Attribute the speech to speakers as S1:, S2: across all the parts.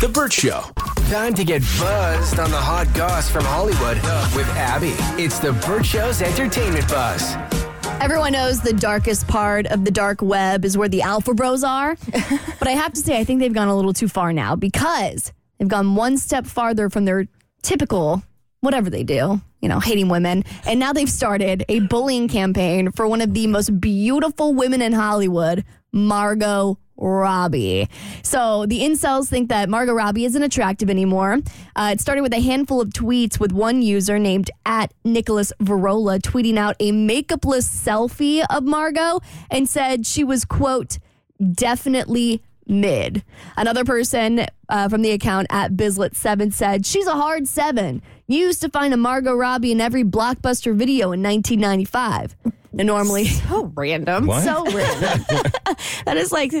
S1: The Burt Show. Time to get buzzed on the hot goss from Hollywood with Abby. It's The Burt Show's entertainment buzz.
S2: Everyone knows the darkest part of the dark web is where the alpha bros are. but I have to say, I think they've gone a little too far now because they've gone one step farther from their typical whatever they do, you know, hating women. And now they've started a bullying campaign for one of the most beautiful women in Hollywood, Margot Robbie. So the incels think that Margot Robbie isn't attractive anymore. Uh, it started with a handful of tweets with one user named at Nicholas Varola tweeting out a makeupless selfie of Margot and said she was, quote, definitely mid. Another person uh, from the account at Bizlet7 said, She's a hard seven. You used to find a Margot Robbie in every blockbuster video in 1995. And normally,
S3: So random.
S4: What?
S2: so random.
S3: That is like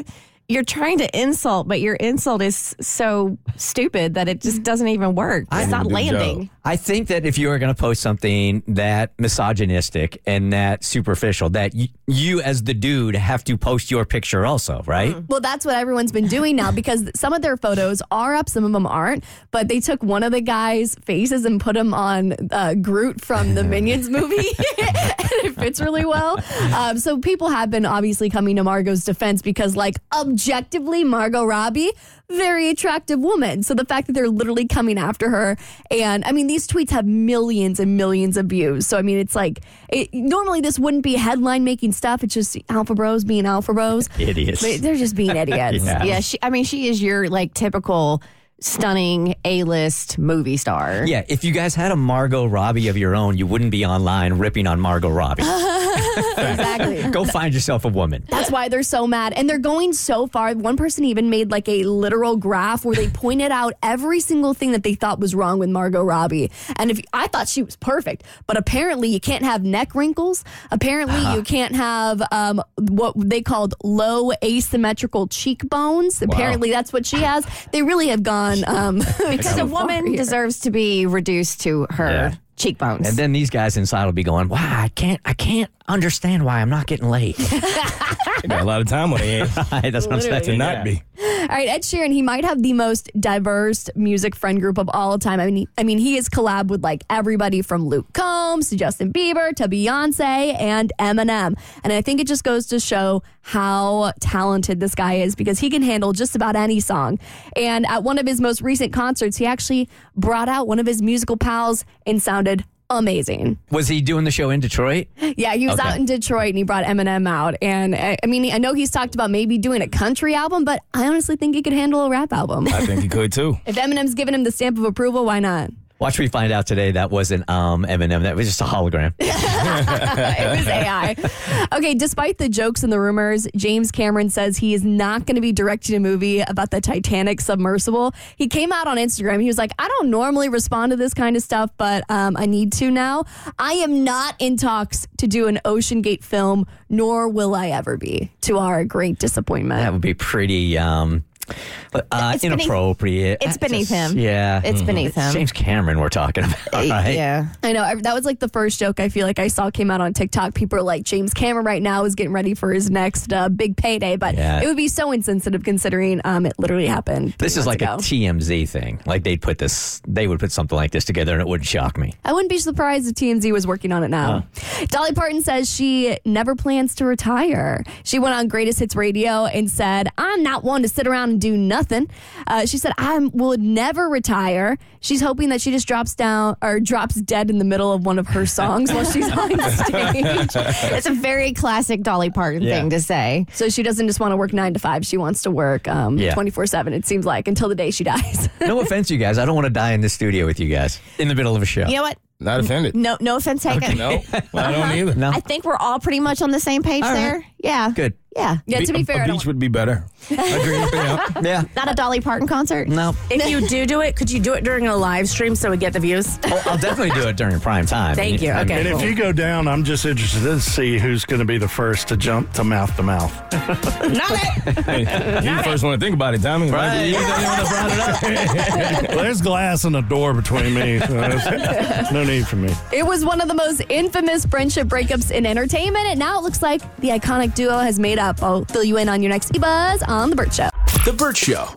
S3: you're trying to insult, but your insult is so stupid that it just doesn't even work. It's not
S4: Good
S3: landing.
S4: joke.
S5: I think that if you are going to post something that misogynistic and that superficial, that y- you as the dude have to post your picture also, right?
S2: Well, that's what everyone's been doing now because some of their photos are up, some of them aren't. But they took one of the guy's faces and put him on uh, Groot from the Minions movie, and it fits really well. Um, so people have been obviously coming to Margot's defense because, like, objectively, Margot Robbie, very attractive woman. So the fact that they're literally coming after her, and I mean, these tweets have millions and millions of views. So I mean, it's like it, normally this wouldn't be headline making stuff. It's just alpha bros being alpha bros.
S5: Idiots.
S2: But they're just being idiots.
S5: Yeah.
S3: Yeah, she. I mean, she is your like typical stunning A-list movie star.
S5: Yeah, if you guys had a Margot Robbie of your own, you wouldn't be online ripping on Margot Robbie.
S2: Exactly.
S5: Go find yourself a woman.
S2: That's why they're so mad. And they're going so far. One person even made like a literal graph where they pointed out every single thing that they thought was wrong with Margot Robbie. And if I thought she was perfect, but apparently you can't have neck wrinkles. Apparently you can't have um, what they called low asymmetrical cheekbones. Apparently that's what she has. They really have gone um,
S3: Because a woman deserves to be reduced to her
S5: Yeah.
S3: cheekbones.
S5: And then these guys inside will be going, "Wow, I can't, I can't understand why I'm not getting laid."
S4: I got a lot of time on it
S5: That's what I'm saying.
S4: to not
S5: Yeah.
S4: be.
S2: All right, Ed Sheeran, he might have the most diverse music friend group of all time. I mean, he, I mean, he has collabed with like everybody from Luke Combs to Justin Bieber to Beyonce and Eminem. And I think it just goes to show how talented this guy is because he can handle just about any song. And at one of his most recent concerts, he actually brought out one of his musical pals and sounded amazing.
S5: Was he doing the show in Detroit?
S2: Yeah, he was
S5: Okay.
S2: out in Detroit and he brought Eminem out. And I, I mean, I know he's talked about maybe doing a country album, but I honestly think he could handle a rap album.
S4: I think he could too.
S2: if Eminem's giving him the stamp of approval, why not?
S5: Watch me find out today that wasn't um, Eminem. That was just a hologram.
S2: it was AI. Okay, despite the jokes and the rumors, James Cameron says he is not going to be directing a movie about the Titanic submersible. He came out on Instagram. He was like, I don't normally respond to this kind of stuff, but um, I need to now. I am not in talks to do an Ocean Gate film, nor will I ever be, to our great disappointment.
S5: That would be pretty um, uh,
S3: It's beneath-
S5: inappropriate.
S3: it's
S5: I
S3: beneath him.
S5: Yeah, Mm-hmm.
S3: It's beneath him. Uh,
S5: James Cameron, we're talking about. Right?
S3: Yeah.
S2: I know I- that was like the first joke I feel like I saw came out on TikTok. People are like, James Cameron right now is getting ready for his next uh, big payday, but
S5: Yeah.
S2: it would be so insensitive considering um, it literally happened.
S5: This
S2: three months
S5: is like
S2: ago.
S5: a TMZ thing. Like they'd put this, they would put something like this together, and it wouldn't shock me.
S2: I wouldn't be surprised if TMZ was working on it now. Dolly Parton says she never plans to retire. She went on Greatest Hits Radio and said, I'm not one to sit around and do nothing. Uh, she said, I would never retire. She's hoping that she just drops down or drops dead in the middle of one of her songs while she's on stage.
S3: It's a very classic Dolly Parton
S5: Yeah.
S3: thing to say.
S2: So she doesn't just want to work nine to five. She wants to work um,
S5: Yeah.
S2: 24-7, it seems like, until the day she dies.
S5: No offense, you guys. I don't want to die in the studio with you guys in the middle of a show.
S3: You know what?
S4: Not offended.
S3: No, no offense taken.
S4: No, I don't either.
S5: No.
S3: I think we're all pretty much on the same page
S5: right.
S3: there. Yeah.
S5: Good.
S3: Yeah.
S2: yeah, to
S4: A-
S2: be fair, I
S4: a
S2: don't
S4: beach would be better. Agreed. Yeah.
S5: Yeah.
S3: Not a Dolly Parton concert.
S5: No.
S6: If you do do it, could you do it during a live stream so we get the views?
S5: Oh, I'll definitely do it during prime time.
S6: Thank you.
S5: I mean,
S6: Okay.
S7: And if you go down, I'm just interested to see who's going to be the first to jump to mouth to mouth.
S6: Not it.
S4: You the first one to think about it, Tommy.
S5: Right. You're the only one that brought it up.
S7: Well, there's glass and a door between me. So there's no need for me.
S2: It was one of the most infamous friendship breakups in entertainment, and now it looks Oh, like the iconic duo has made up. I'll fill you in E on your next buzz on the Burt Show.
S1: The Burt Show.